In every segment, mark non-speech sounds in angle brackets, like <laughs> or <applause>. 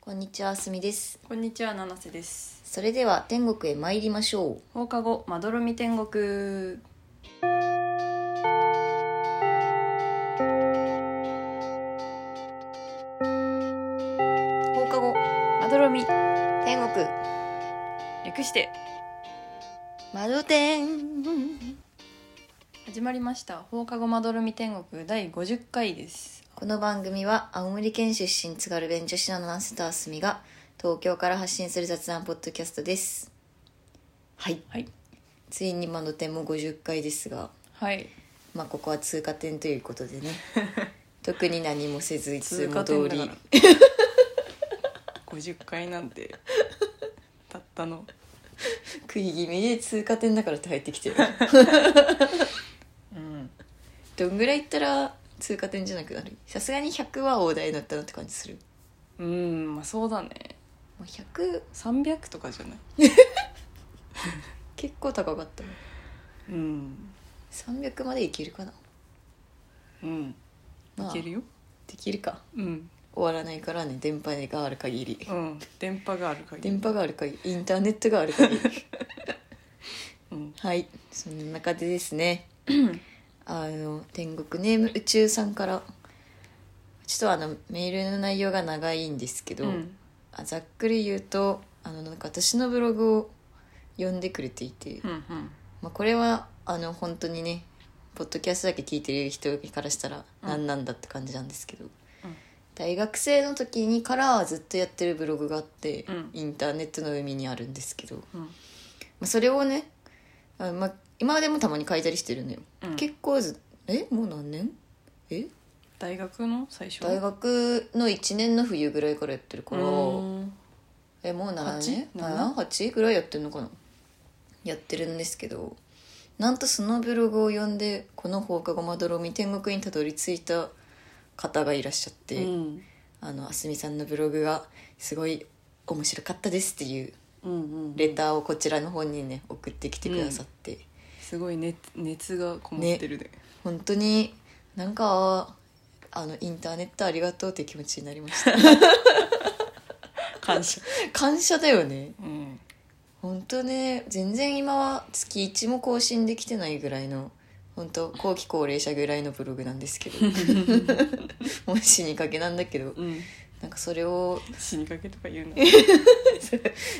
こんにちは、あすみです。こんにちは七瀬ですそれでは天国へ参りましょう。放課後まどろみ天国放課後、まどろみ天国、略して窓天。始まりました放課後まどろみ天国第50回ですこの番組は青森県出身津軽弁女子のナンセとあすみが東京から発信する雑談ポッドキャストです。はい、はいついに窓天も50回ですが、はいまあここは通過点ということ <laughs> でね。特に何もせずいつ通も過通点だかりら50回なん <laughs> てたったの食い気味で通過点だからって入ってきてるうんどんぐらいいったら通過点じゃなくなるさすがに100は大台だったなって感じするうんまあそうだねもう100 300とかじゃない結構高かったもんうん300までいけるかな、うんいまあ、けるよ、できるかうん終わらないからね電波がある限りうん電波がある限り電波がある限りインターネットがある限り <laughs> うんはいそんな中でです <laughs> ねあの天国ネーム宇宙さんからちょっとあのメールの内容が長いんですけど、うんあざっくり言うとあのなんか私のブログを読んでくれていて、うんうんまあ、これはあの本当にねポッドキャストだけ聞いてる人からしたらうん何なんだって感じなんですけど、大学生の時にからはずっとやってるブログがあって、うんインターネットの海にあるんですけど、まうんあ、それをねあの、まあ、今でもたまに書いたりしてるのよ、うん結構ずえもう何年え大学の最初大学の1年の冬ぐらいからやってるから、うんえもう7年八7 8ぐらいやってるのかなやってるんですけどなんとそのブログを読んでこの放課後まどろみ天国にたどり着いた方がいらっしゃって、うんあのあすみさんのブログがすごい面白かったですっていううんうんレターをこちらの方にね送ってきてくださって、すごい熱熱がこもってるで、本当になんかあのインターネットありがとうって気持ちになりました <laughs> 感謝 <laughs> 感謝だよね <laughs> うん本当ね全然今は月1も更新できてないぐらいの本当後期高齢者ぐらいのブログなんですけど <laughs> もう死にかけなんだけどうんなんかそれを死にかけとか言うな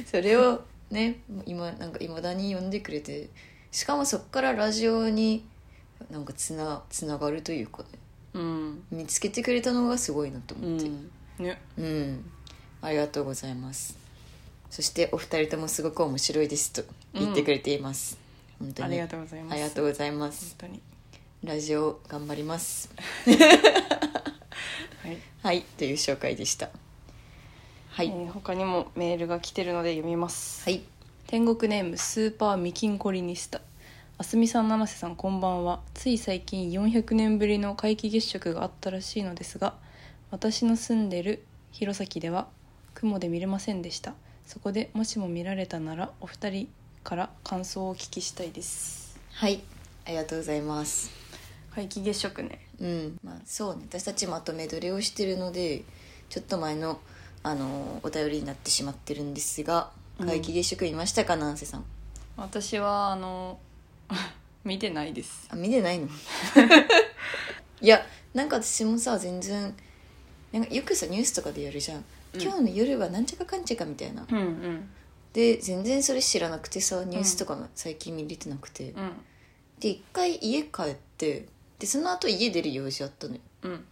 それをね今なんかいまだに読んでくれてしかもそっからラジオになんかつなつながるというかねうん、見つけてくれたのがすごいなとう思ってん、ねうん、ありがとうございますそしてお二人ともすごく面白いですと言ってくれています、本当あにりがとうございますありがとうございます。本当にラジオ頑張ります。はい、はい、という紹介でした。はえい、ー他にもメールが来てるので読みます、はい、天国ネームスーパーミキンコリニスタあすみさん七瀬さんこんばんはつい最近400年ぶりの皆既月食があったらしいのですが私の住んでる弘前では雲で見れませんでしたそこでもしも見られたならお二人から感想をお聞きしたいですはい、ありがとうございます。皆既月食ねうん、まあ、そうね、私たちまとめ撮りをしてるので、ちょっと前の。あのお便りになってしまってるんですが、うん皆既月食いましたか、なんせさん。私はあの <laughs> 見てないですあ、見て <laughs> ないの。いや、なんか私もさ、全然。なんかよくさ、ニュースとかでやるじゃん。うん今日の夜はなんちゃかかんちゃかみたいな。うんうんで、全然それ知らなくてさ、ニュースとかも最近見れてなくて。うんで一回家帰ってでその後家出る用事あったのようん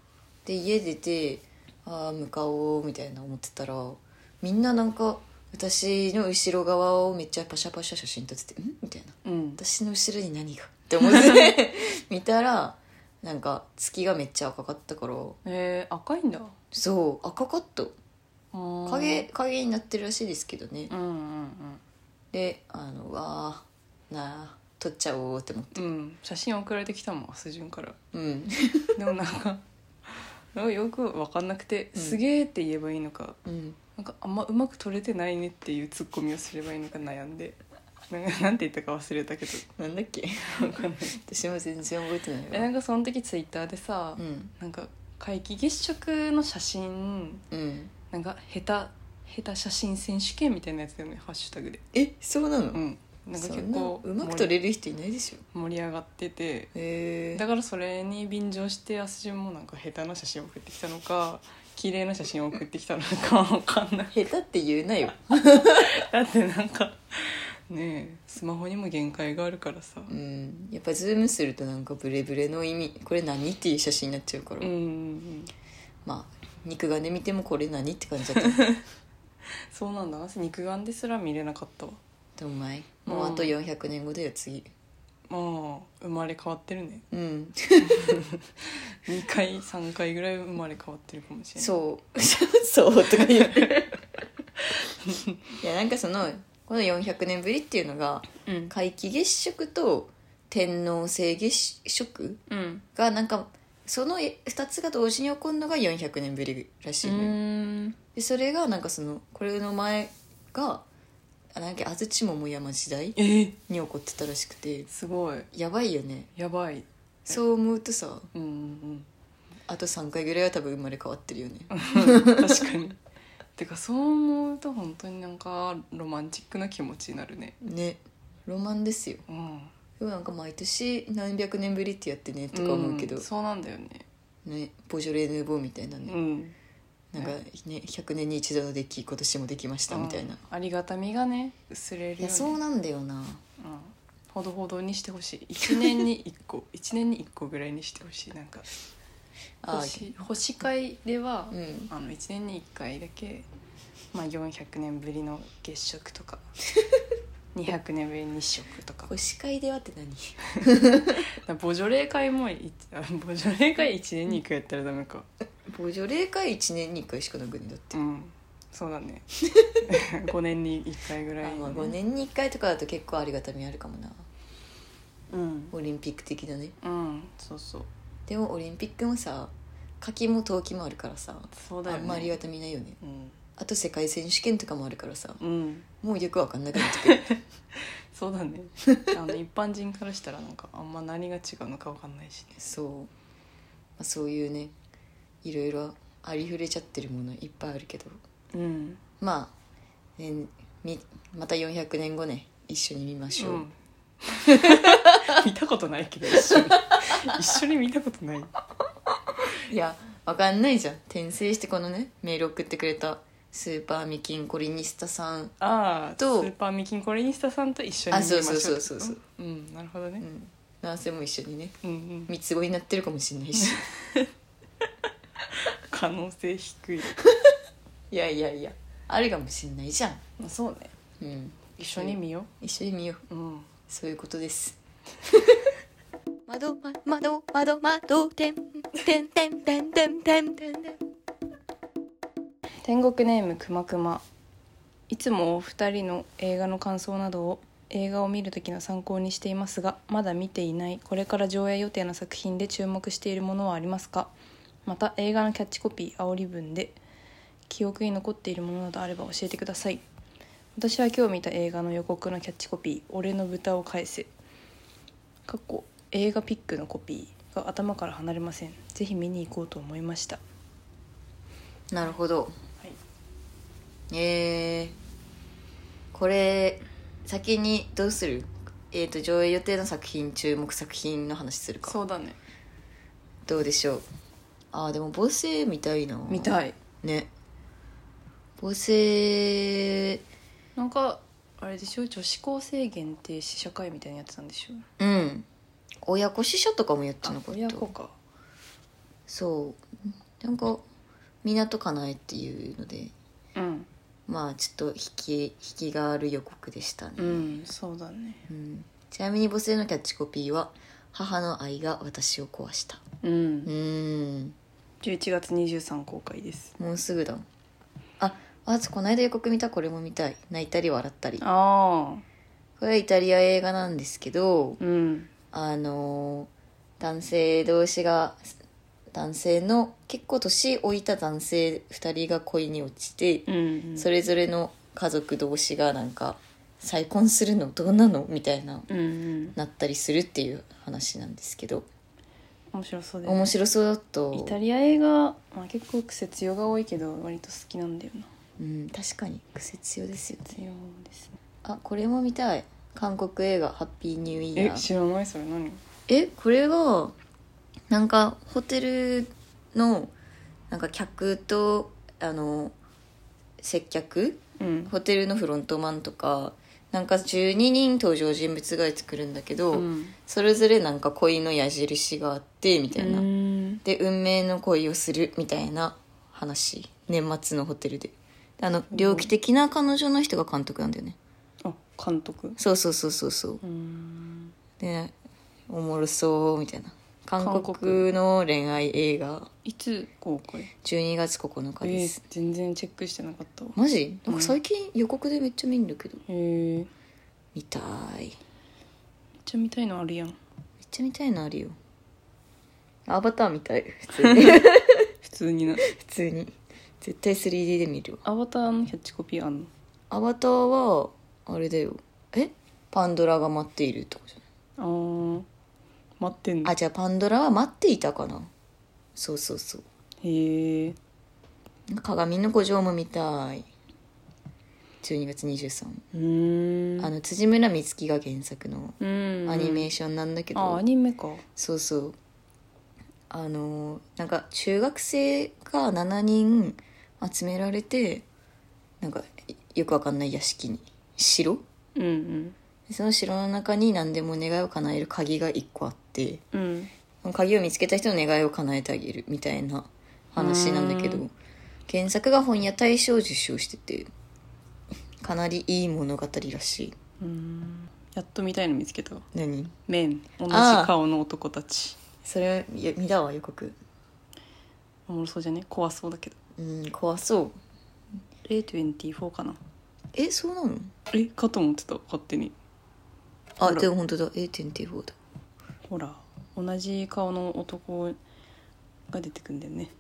で家出てああ向かおうみたいな思ってたらみんななんか私の後ろ側をめっちゃパシャパシャ写真撮ってて「ん?」みたいなうん私の後ろに何がって思って見たらなんか月がめっちゃ赤かったからえー、赤いんだそう赤かった影影影になってるらしいですけどねうんうんであのうわーなあ撮っちゃおうって思ってうんうん写真送られてきたもんスジュンからうんでもなんかなんかよく分かんなくて「うんすげえ」って言えばいいのかうんなんかあんまうまく撮れてないねっていうツッコミをすればいいのか悩んでなんかなんて言ったか忘れたけどなんだっけ分かんない私も全然覚えてえないなわんかその時ツイッターでさ、うんなんか皆既月食の写真うんなんか下手下手写真選手権みたいなやつだよねハッシュタグでえそうなの、うんなんかそ結んな構うまく盛撮りれる人いないでしょ盛り上がっててへえだからそれに便乗してあすじもなんか下手な写真送ってきたのか綺麗な写真送ってきたのか分かんない下手って言うなよだってなんかねえスマホにも限界があるからさうんやっぱズームするとなんかブレブレの意味これ何っていう写真になっちゃうから、うんうんうんまあ肉眼で見てもこれ何って感じだったそうなんだな肉眼ですら見れなかったわどんまいもうあと400年後だよ次まあ生まれ変わってるねうん2回3回ぐらい生まれ変わってるかもしれないそう <laughs> そうとか言っていやなんかそのこの400年ぶりっていうのがう、うん皆既月食と天王星月食うん、がなんかその2つが同時に起こるのが400年ぶりらしいのよ、んでそれがなんかそのこれの前があなんか安土桃山時代えー、に起こってたらしくてすごいやばいよねやばいそう思うとさうんうんあと3回ぐらいは多分生まれ変わってるよねうん確かにてかそう思うと本当になんかロマンチックな気持ちになるねねロマンですようんでもなんか毎年何百年ぶりってやってねとか思うけど、んそうなんだよねねボジョレ・ヌーボーみたいなうね、んなんかね100年に一度のでき今年もできましたみたいな、うんありがたみがね薄れるよ、ね、いやそうなんだよなうん、ほどほどにしてほしい一年に一 <laughs> 個一年に一個ぐらいにしてほしいなんかあ星星会では、うんあの一年に一回だけ、まあ、400年ぶりの月食 <laughs> とか200年ぶりに日食とか星会では <laughs> って何ボジョレー会もい <laughs> ボジョレー会一年に一回やったらダメかボジョレー会1年に1回しかなくねだってうんそう <laughs> だね五年に一回ぐらい、あまあ5年に1回とかだと結構ありがたみあるかもなうん、オリンピック的だねうん、そうそうでもオリンピックもさ夏季も冬季もあるからさ、そうだよあねんまありがたみないよねうん、あと世界選手権とかもあるからさうん、もうよくわかんなくなって <laughs> くるそうだねあの一般人からしたらなんかあんま何が違うのかわかんないしねそう、まあ、そういうねいろいろありふれちゃってるものいっぱいあるけどうん、まあ、ね、みまた400年後ね一緒に見ましょう、うん、見たことないけど一緒に一緒に見たことないいやわかんないじゃん転生してこのねメール送ってくれたスーパーミキンコリニスタさん、ああスとーパーミキンコレニスタさんと一緒にあ見ましそょううそうそうそうそううんなるほどうねん、男性も一緒にねうんうん三つ子になってるかもしれない <laughs> し可能性低いいやいやいやあるかもしれないじゃん、まあそうねうん、一緒に見よ一緒に見ようううんそういうことです窓ま窓窓窓てんてんてんてんてんてんてんてん天国ネームくまくまいつもお二人の映画の感想などを映画を見る時の参考にしていますがまだ見ていないこれから上映予定の作品で注目しているものはありますかまた映画のキャッチコピー煽り文で記憶に残っているものなどあれば教えてください私は今日見た映画の予告のキャッチコピー「俺の豚を返せ」かっこ映画ピックのコピーが頭から離れませんぜひ見に行こうと思いましたなるほどはいえー、これ先にどうするえっ、と上映予定の作品注目作品の話するかうだねどうでしょうあーでも母性みたいな見たいね母性なんかあれでしょ女子高生限定試写会みたいなやつなんでしょうん親子死者とかもやってなかっ親た子かそうなんか港かなえっていうのでうんまあちょっと引き引きがある予告でしたね、うんそうだねうんちなみに母性のキャッチコピーは「母の愛が私を壊した」ううんーん11月23公開ですもうすぐだああとこの間予告見たこれも見たい泣いたり笑ったりああこれはイタリア映画なんですけどうんあのー男性同士が男性の結構年老いた男性2人が恋に落ちて、うんそれぞれの家族同士がなんか再婚するのどうなのみたいなうんうんなったりするっていう話なんですけど面白そうだよね面白そうだイとタリア映画、まあ、結構癖強が多いけど割と好きなんだよなうん確かに癖強ですよ必ね要ですねあこれも見たい韓国映画「ハッピーニューイえヤー知らないそれ何」えこれがなんかホテルのなんか客とあの接客うんホテルのフロントマンとかなんか12人登場人物が作るんだけど、うんそれぞれなんか恋の矢印があってみたいな、うんで運命の恋をするみたいな話年末のホテルであの猟奇的な彼女の人が監督なんだよねあ監督そうそうそうそうそううんでおもろそうみたいな韓韓国国の恋愛映画いつ公開12月9日えですー、全然チェックしてなかったわマジなんか最近予告でめっちゃ見るんだけどへえめっ見たいめっちゃ見たいのあるやんちゃ見たいのあるよアバター見たい普通に普通にな普通に絶対 3D で見るわアバターのキャッチコピーあんのアバターはあれだよえパンドラが待っているとかじゃないあー待ってんのあじゃあパンドラは待っていたかなそうそうそうへえ鏡の古城も見たい12月23、うんあの辻村美月が原作のうんアニメーションなんだけど、あアニメかそうそうあのーなんか中学生が7人集められてなんかよくわかんない屋敷に城うんうんその城の中に何でも願いを叶える鍵が1個あってうん鍵を見つけた人の願いを叶えてあげるみたいな話なんだけうどん原作が本屋大賞を受賞しててかなりいい物語らしいうんやっと見たいの見つけたわ何メン同じあー顔の男たちそれい見たわ予告おもろそうじゃね怖そうだけどうん怖そう024かなえそうなのえかと思ってた勝手にあほらでも本当だ A.T.4 だほら同じ顔の男が出てくんだよね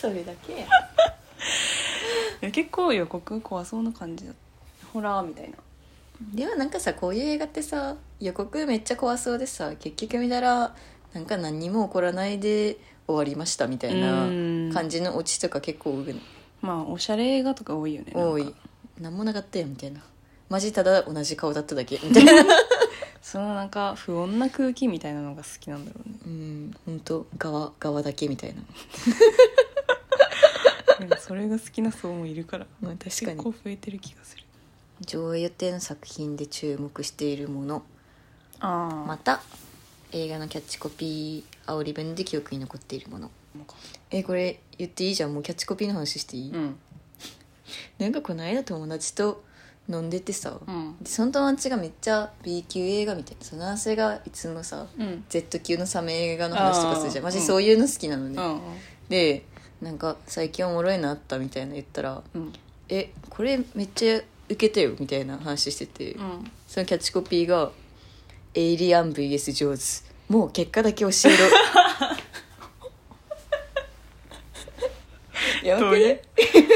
それだけいや結構予告怖そうな感じだったホラーみたいなでもなんかさこういう映画ってさ予告めっちゃ怖そうでさ結局見たらなんか何にも起こらないで終わりましたみたいなうん感じのオチとか結構多いのまあおしゃれ映画とか多いよねなんか多い何もなかったよみたいなマジただ同じ顔だっただけみたい <laughs> なそのなんか不穏な空気みたいなのが好きなんだろ <laughs> うねうん本当側側だけみたいな、でもそれが好きな層もいるからまあ、確か結構に増えてる気がする上映予定の作品で注目しているものああまた映画のキャッチコピー煽り文で記憶に残っているものえこれ言っていいじゃんもうキャッチコピーの話していい、うんなんかこの間友達と飲んでてさ、うんでその友達がめっちゃ B 級映画みたいなその男性がいつもさうん Z 級のサメ映画の話とかするじゃんあーマジうんそういうの好きなのね、うんでなんか最近おもろいのあったみたいな言ったらうん「えこれめっちゃウケたよ」みたいな話してて、うんそのキャッチコピーが「エイリアン VS ジョーズ」もう結果だけ教えろ <laughs> やばどくうねいう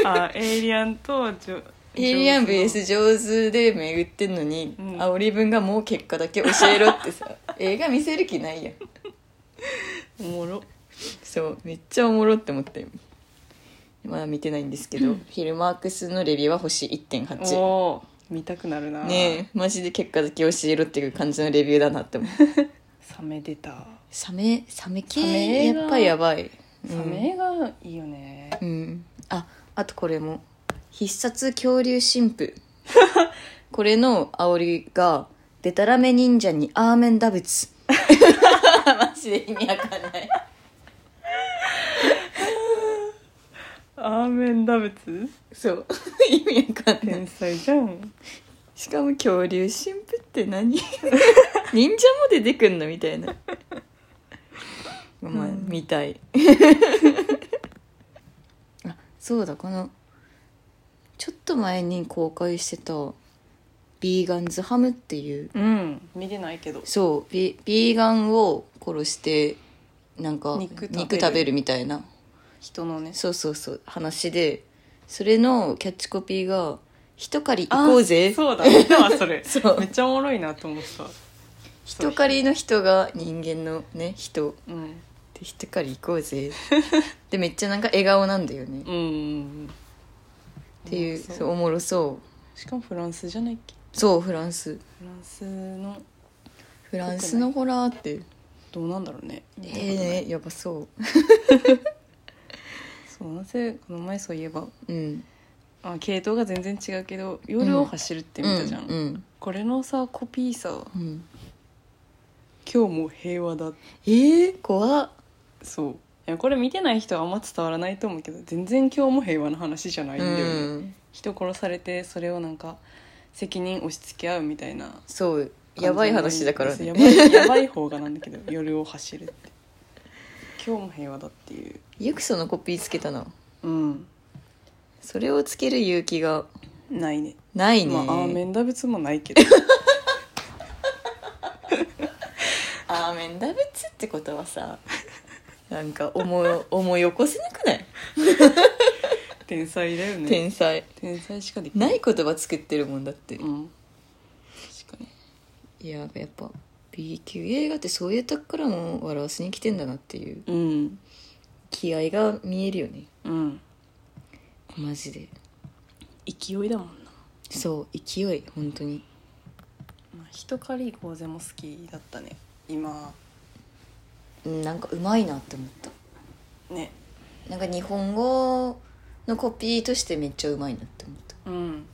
あーエイリアンとジョ <laughs> エイリアンジョーズ VS 上手で巡ってんのに、うん煽り文がもう結果だけ教えろって <laughs> さ映画見せる気ないやんのおもろそうめっちゃおもろって思ったよまだ見てないんですけど、フィルマークスのレビューは星1.8おー見たくなるなねえマジで結果だけ教えろっていう感じのレビューだなって思うサメ出たサメサメサメ系映画やっぱやばいサメ映画いいよねうん、うんああとこれも必殺恐竜神父 <laughs> これの煽りが「でたらめ忍者にアーメン打仏」 <laughs> マジで意味わかんないアーメンダブツそう <laughs> 意味わかんない天才じゃんしかも恐竜神父って <laughs> 何忍者も出てくんのみたいなまあ、うん見たい <laughs> あそうだこのちょっと前に公開してた「ビーガンズハム」っていううん見てないけどそうビビーガンを殺してなんか肉食べる肉食べるみたいな人のねそうそうそう話でそれのキャッチコピーが「一狩り行こうぜ」そうだ見たわそれそうめっちゃおもろいなと思った人狩りの人が人間のね人っうんてで一狩り行こう <laughs> ぜでめっちゃなんか笑顔なんだよねうんうんっていうそうそうおもろそしかもフランスじゃないっけうそうフランスフランスのフランスのホラーってどうなんだろうねええやばそそうなぜこの前そういえば、ううんあ、系統が全然違うけど夜を走るって見たじゃん、うんこれのさコピーさうん、うん、今日も平和だええ怖っそういやこれ見てない人はあんま伝わらないと思うけど全然今日も平和の話じゃないんうだよね、ん人殺されてそれをなんか責任押し付け合うみたいなそうやばい話だからねやばいやばい方がなんだけど夜を走るって今日も平和だっていうよくそのコピーつけたなうんそれをつける勇気がないねないね、まあアーメンダブツもないけど <laughs> アーメンダブツってことはさ <laughs> なんか思い思い起こせなくない天才だよね天才天才しかできない、ない言葉作ってるもんだってうん、確かにいややっぱ B 級映画ってそういうとこからも笑わせに来てんだなっていううん気合が見えるよねうんマジで勢いだもんな、そう勢い本当にまあ、人狩りゴーゼも好きだったね今うんなんかうまいなって思ったねなんか日本語のコピーとしてめっちゃうまいなって思ったうん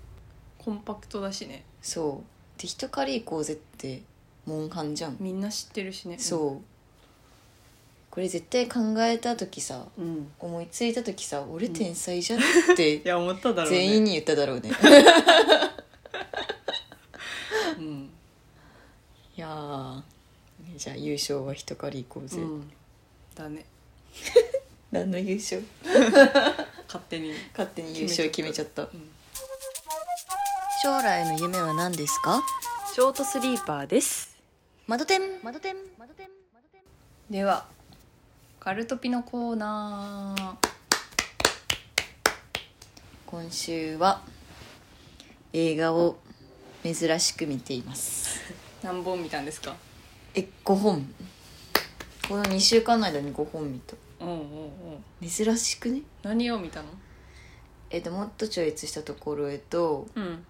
コンパクトだしねそうで人狩り行こうぜってモンハンじゃんみんな知ってるしねそうこれ絶対考えた時さううん思いついた時さ俺天才じゃん <laughs> っていや思っただろうね全員に言っただろうねうんいやーじゃあ優勝は人狩り行こうぜ、うん、だね何の優勝勝手に、勝手に優勝決決めめちちゃゃっったうん、将来の夢は何ですかショートスリーパーです窓店窓点窓点窓点ではカルトピのコーナ今週は映画を珍しく見ていますー何本見たんですかえ5本この2週間の間に5本見たうんうんうん珍しくね何を見たのえっともっと超越したところへとうん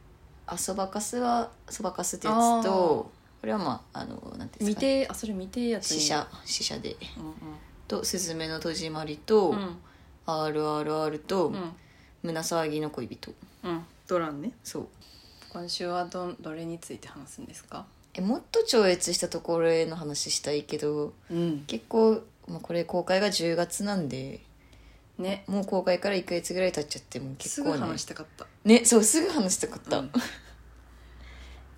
あそばかすはそばかすってやつとこれはまああのなんていうんです見かてあそれ見てやつ死に者死者でうんと「すずめの戸締まり」と「うん RRR」とうんうん「胸騒ぎの恋人うんドランね」そう今週はどどれについて話すんですかえもっと超越したところへの話したいけどうん結構、まあ、これ公開が10月なんでねもう公開から1ヶ月ぐらい経っちゃってもう結すぐ構ね話したかったねそうすぐ話したかった、うん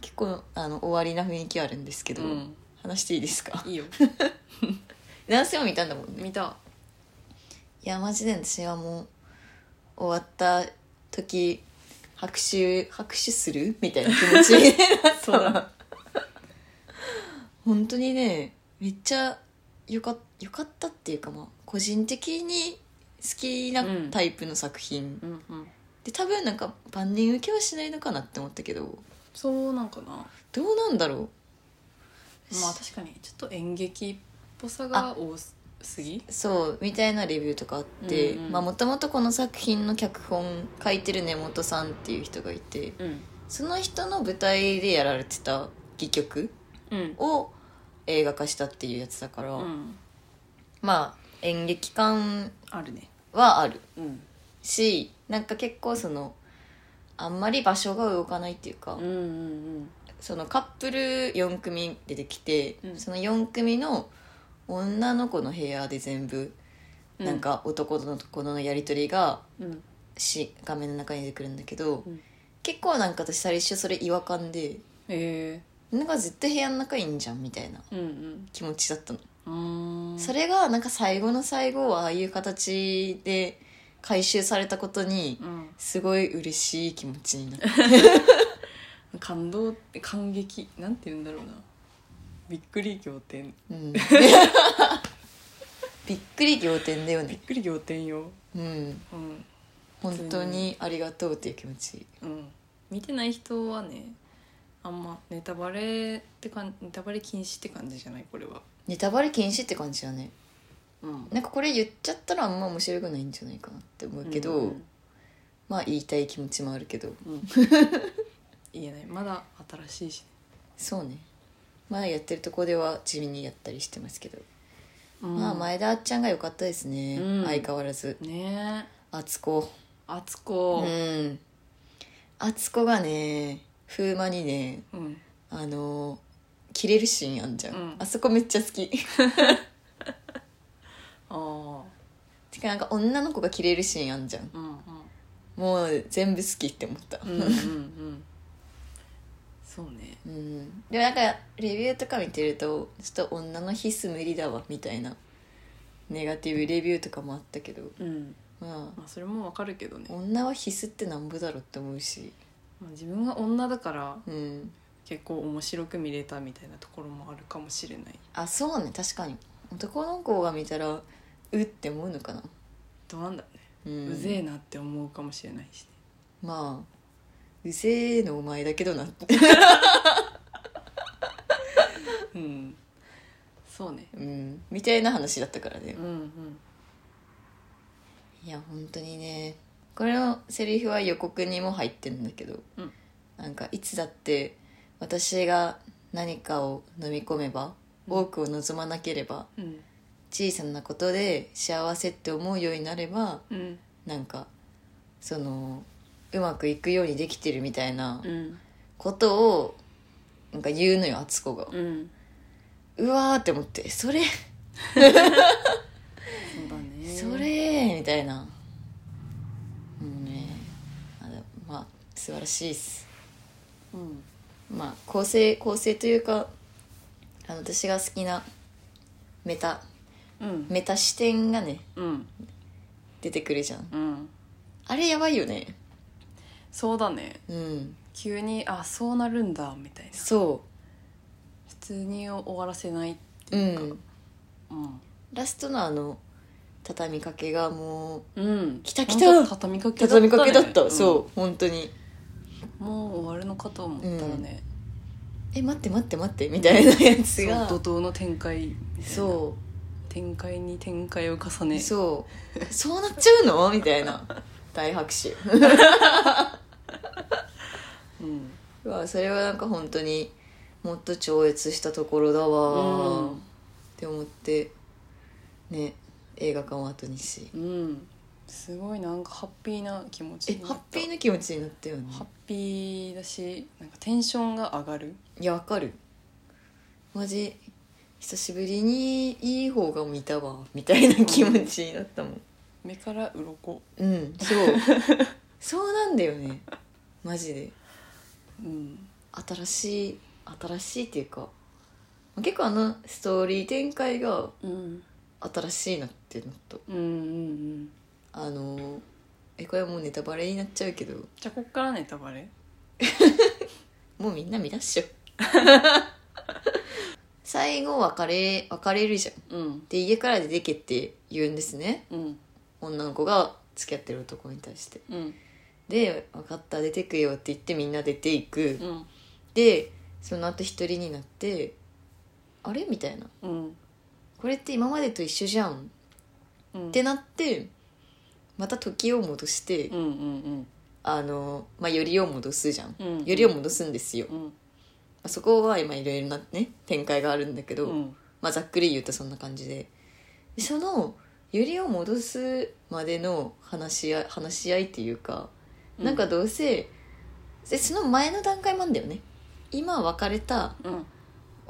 結構あの終わりな雰囲気あるんですけど、うん話していいですか <laughs> いいよ男性も見たんだもんね見たいやマジで私はもう終わった時拍手拍手するみたいな気持ちに <laughs> なったそうだわ本当にねめっちゃよかよかったっていうかまあ個人的に好きなうんタイプの作品、うんうんで多分なんか万人受けはしないのかなって思ったけどそうなんかなどうなんだろうまあ確かにちょっと演劇っぽさが多すぎそうみたいなレビューとかあってうんうんもともとこの作品の脚本書いてる根本さんっていう人がいてうんその人の舞台でやられてた戯曲うんを映画化したっていうやつだから、うんまあ演劇感あるねはあるうんしなんか結構そのあんまり場所が動かないっていうか、うんうんそのカップル4組出てきて、うんその4組の女の子の部屋で全部、うんなんか男と子のやり取りがうんし画面の中に出てくるんだけど、うん結構なんか私最初それ違和感でえなんか絶対部屋の中いいんじゃんみたいなえうん気持ちだったの、うんうーんそれがなんか最後の最後はああいう形で回収されたことにうんすごい嬉しい気持ちになった <laughs> 感動って感激なんて言うんだろうなびっくり仰天うん <laughs> びっくり仰天だよびっねくり仰天ようんうん本当にありがとうっていう気持ちうん見てない人はねあんまネタバレってかんネタバレ禁止って感じじゃないこれはネタバレ禁止って感じだねうんなんかこれ言っちゃったらあんま面白くないんじゃないかなって思うけど、うんまあ言いたい気持ちもあるけどうん言えないまだ新しいし、そうねまあやってるとこでは地味にやったりしてますけど、まあ前前田あっちゃんが良かったですね、うん相変わらずねえ敦子あうつこん敦子がね風磨にねうんあの切れるシーンあんじゃん、うんあそこめっちゃ好きああてかなんか女の子が切れるシーンあんじゃんうん <laughs> うんもう全部好きって思ったうんうんうんそうねうんでもなんかレビューとか見てるとちょっと女の必須無理だわみたいなネガティブレビューとかもあったけどうんまあまあそれもわかるけどね、女は必須ってなんぼだろって思うしまあ、自分が女だからうん結構面白く見れたみたいなところもあるかもしれないあそうね確かに男の子が見たらうって思うのかなどうなんだろうね、ううんぜえなって思うかもしれないしねまあうぜえのお前だけどなって <laughs> うんそうねうん、みたいな話だったからねうんうんいや本当にねこれのセリフは予告にも入ってんだけど、うんなんかいつだって私が何かを飲み込めばうん多くを望まなければうん小さなことで幸せって思うようになればうんなんかそのうまくいくようにできてるみたいなうんことをなんか言うのよ敦子が、うんうわーって思ってそれそうだねそれみたいなもうねあのまあ素晴らしいですうんまあ構成構成というかあの私が好きなメタうんメタ視点がねうん出てくるじゃんうんあれやばいよねそうだねうん急にあそうなるんだみたいなそ普通に終わらせない、ううんうん、ラストのあの畳みかけがもううん来た来たほんと畳みかけ畳みかけだった、ねそう、本当にうんもう終わるのかと思ったらね、え待って待って待ってみたいなやつがそう怒涛の展開みたいなそう展開に展開を重ねそうそうなっちゃうのみたいな大拍手うん、うわそれはなんか本当にもっと超越したところだわ、っうんて思ってね映画館を後にしうん、すごいなんかハッピーな気持ちえになハっッたピーな気持ちになったよねハッピーだしなんかテンションが上がるいやわかるマジ久しぶりにいい方が見たわみたいな気持ちになったもん目から鱗うんそうそうなんだよねマジで <laughs> うん新しい新しいっていうか結構あのストーリー展開がうん新しいなってのとうんうんうんあのーえこれはもうネタバレになっちゃうけどじゃあこっからネタバレもうみんな見出っ <laughs> しょ最後別れ別れるじゃんうんで家から出てけって言うんですねうん女の子が付き合ってる男に対してうんで「分かった出てくよ」って言ってみんな出ていくうんでその後一人になって「あれ?」みたいなうん「これって今までと一緒じゃん」うんってなってまた時を戻して、うんうんあのまあよりを戻すじゃん、うんうんよりを戻すんですよ、うんあそこは今いろいろなね展開があるんだけど、うんまあざっくり言うとそんな感じででそのよりを戻すまでの話し合い話し合いっていうか、うんなんかどうせでその前の段階もあんだよね今別れたうん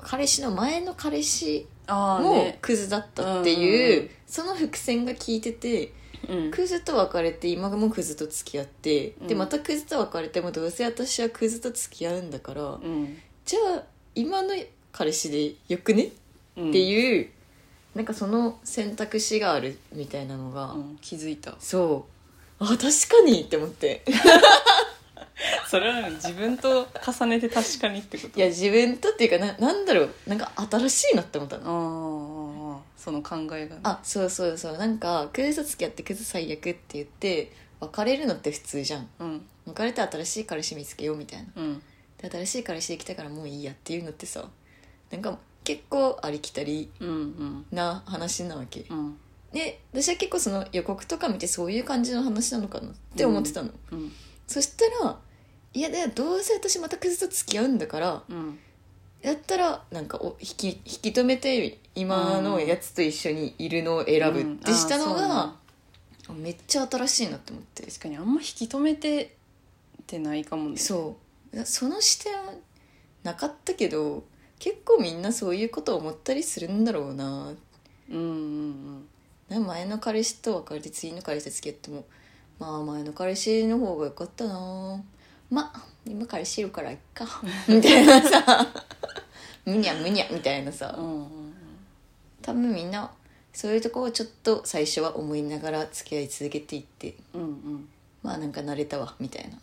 彼氏の前の彼氏ああもねクズだったっていううんうんうんその伏線が効いてて、うんクズと別れて今もクズと付き合って、うんでまたクズと別れてもどうせ私はクズと付き合うんだから、うんじゃあ今の彼氏でよくねっうんていう、なんかその選択肢があるみたいなのが、うん気づいたそうあ確かにって思ってそれは自分と重ねて確かにってこといや自分とっていうかななんだろうなんか新しいなって思ったあの。ーあーその考えがねあそうそうそうなんかクズと付き合ってクズ最悪って言って別れるのって普通じゃんうん別れて新しい彼氏見つけようみたいなうんで新しい彼氏できたからもういいやっていうのってさなんか結構ありきたりうんうんな話なわけうんで私は結構その予告とか見てそういう感じの話なのかなって思ってたの、うんそしたらいやだよどうせ私またクズと付き合うんだからうんやったらなんかお引き引き止めて今のやつと一緒にいるのを選ぶってしたのうんがあ、めっちゃ新しいなって思ってーそうね確かにあんま引き止めてってないかもねそういやその視点なかったけど結構みんなそういうこと思ったりするんだろうなうんうんな前の彼氏と別れて次の彼氏と付き合ってもまあ前の彼氏の方が良かったなまあ今彼氏いるからいっかみたいなさむにゃむにゃみたいなさうんうんうん多分みんなそういうとこをちょっと最初は思いながら付き合い続けていってうんまあなんか慣れたわみたいな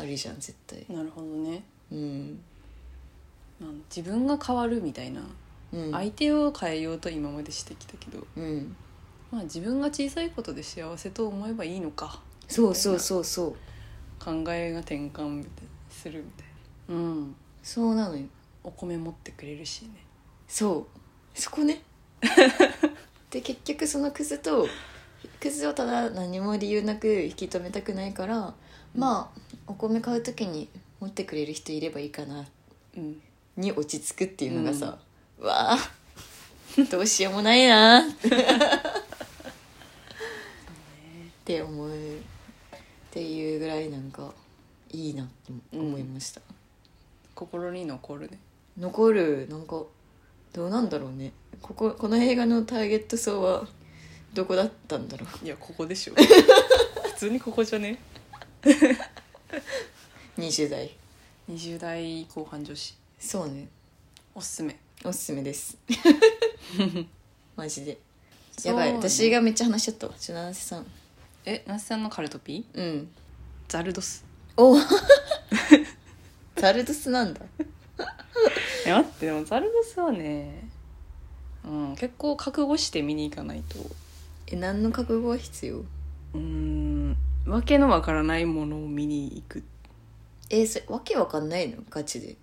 あるじゃん絶対うんなるほどねうん、まあ自分が変わるみたいな、うん、相手を変えようと今までしてきたけどうんまあ自分が小さいことで幸せと思えばいいのかそうそうそうそう考えが転換みたいするみたいなうんそうなのよお米持ってくれるしねそうそこ <laughs> ねで結局そのクズとクズをただ何も理由なく引き止めたくないから、まあお米買う時に持ってくれる人いればいいかなうんに落ち着くっていうのがさ、わあどうしようもない <laughs> なって思うっていうぐらいなんかいいなって思いました、心に残るね残るなんかどうなんだろうねこここの映画のターゲット層はどこだったんだろいやここでしょ <laughs> 普通にここじゃねう20代20代後半女子そうねおすすめおすすめですマジでそやうねばい、私がめっちゃ話しちゃったわちょなせさんえ那須さんのカルトピーうんザルドスおザルドスなんだえ待ってでもザルドスはねうん結構覚悟して見に行かないとえ何の覚悟は必要うーんわけのわからないものを見に行くえそれわけわかんないのガチで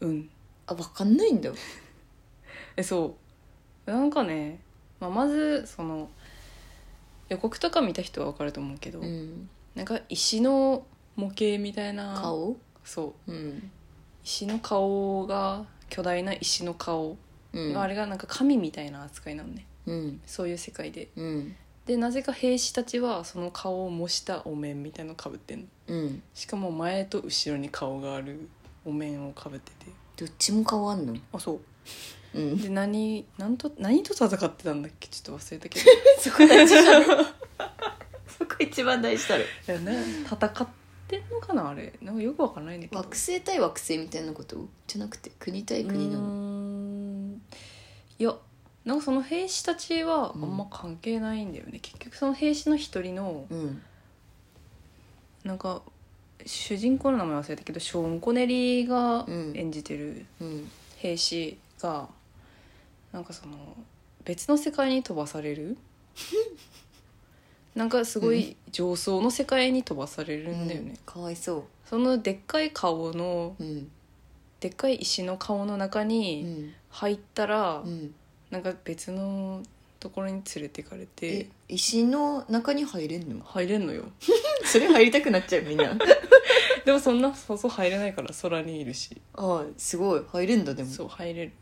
うんあわかんないんだえそうなんかね、まあ、まずその予告とか見た人はわかると思うけど、うんなんか石の模型みたいな顔そううん石の顔が巨大な石の顔、うんあれがなんか神みたいな扱いなのねうんそういう世界でうんでなぜか兵士たちはその顔を模したお面みたいのかぶってんのうんしかも前と後ろに顔があるお面をかぶっててどっちも顔あんのあそううんで何何と何と戦ってたんだっけちょっと忘れたけど <laughs> そこ大事だね <laughs> そこ一番大事だろいやな戦ってんのかなあれなんかよくわからないんだけど惑星対惑星みたいなことじゃなくて国対国なうーのんいやなんかその兵士たちはあんま関係ないんだよね、結局その兵士の一人のうんなんか主人公の名前忘れたけどショーン・コネリーがうん演じてるうん兵士がなんかその別の世界に飛ばさ <laughs> れるなんかすごい上層の世界に飛ばされるんだよね、うんかわいそそのでっかい顔のううんでっかい石の顔の中うにん入ったら、うんなんか別のところに連れてかれえて石の中に入れんの入れんのよ <laughs> それ入りたくなっちゃうみんな <laughs> でもそんなそうそう入れないから空にいるしああすごい入れんだでもそう入れる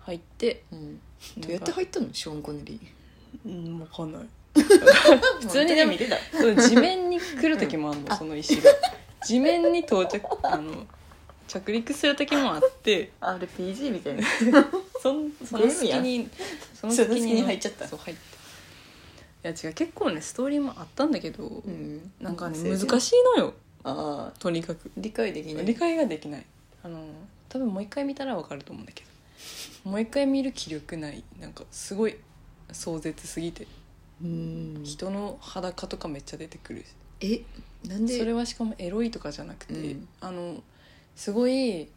入ってうんなどんかうやって入ったのショーン・コネリうん分かんないー普通にでも見てた <laughs> そう地面に来る時もあるの、その石が地面に到着 <laughs> あの着陸する時もあって RPG みたいなそんその隙にそその隙に入っちゃったそう入ったいや違う結構ねストーリーもあったんだけど、うんなんかねそうや難ねしいのよああとにかく理解できない理解ができないあの多分もう一回見たらわかると思うんだけどもう一回見る気力ないなんかすごい壮絶すぎてうん人の裸とかめっちゃ出てくるしえなんでそれはしかもエロいとかじゃなくて、うんあのすごい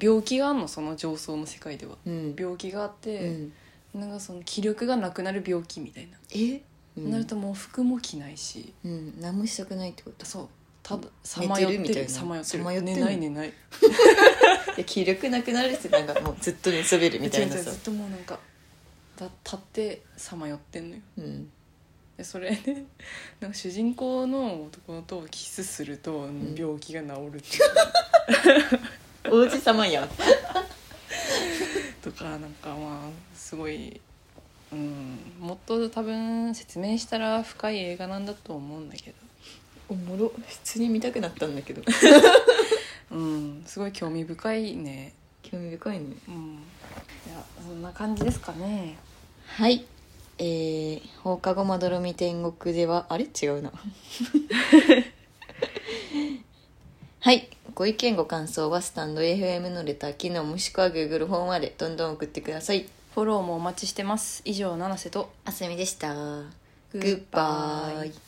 病気があんのその上層の世界ではうん病気があっうて、んなんかその気力がなくなる病気みたいな、えうんなるともう服も着ないしうん何もしたくないってことそうたださ寝まてよっるみてたいるなさまよってさまよるって寝んのない寝ないで気力なくなるしなんかもうずっと寝そべるみたいな違う違うさずっともうなんかだ立ってさまよってんのようんでそれで <laughs> なんか主人公の男とキスするとん病気が治るっていう王子様やんとかなんかまあすごい、うん、もっと多分説明したら深い映画なんだと思うんだけおもろ普通に見たくなったんだけどど、うん、すごい興味深いね、興味深いねうん、いやそんな感じですかねはいえー、放課後まどろみ天国ではあれ違 <laughs> うなはいご意見ご感想はスタンド FM のレター機能もしくは Google フォームまでどんどん送ってくださいフォローもお待ちしてます以上七瀬とあすみでしたググッッババイイ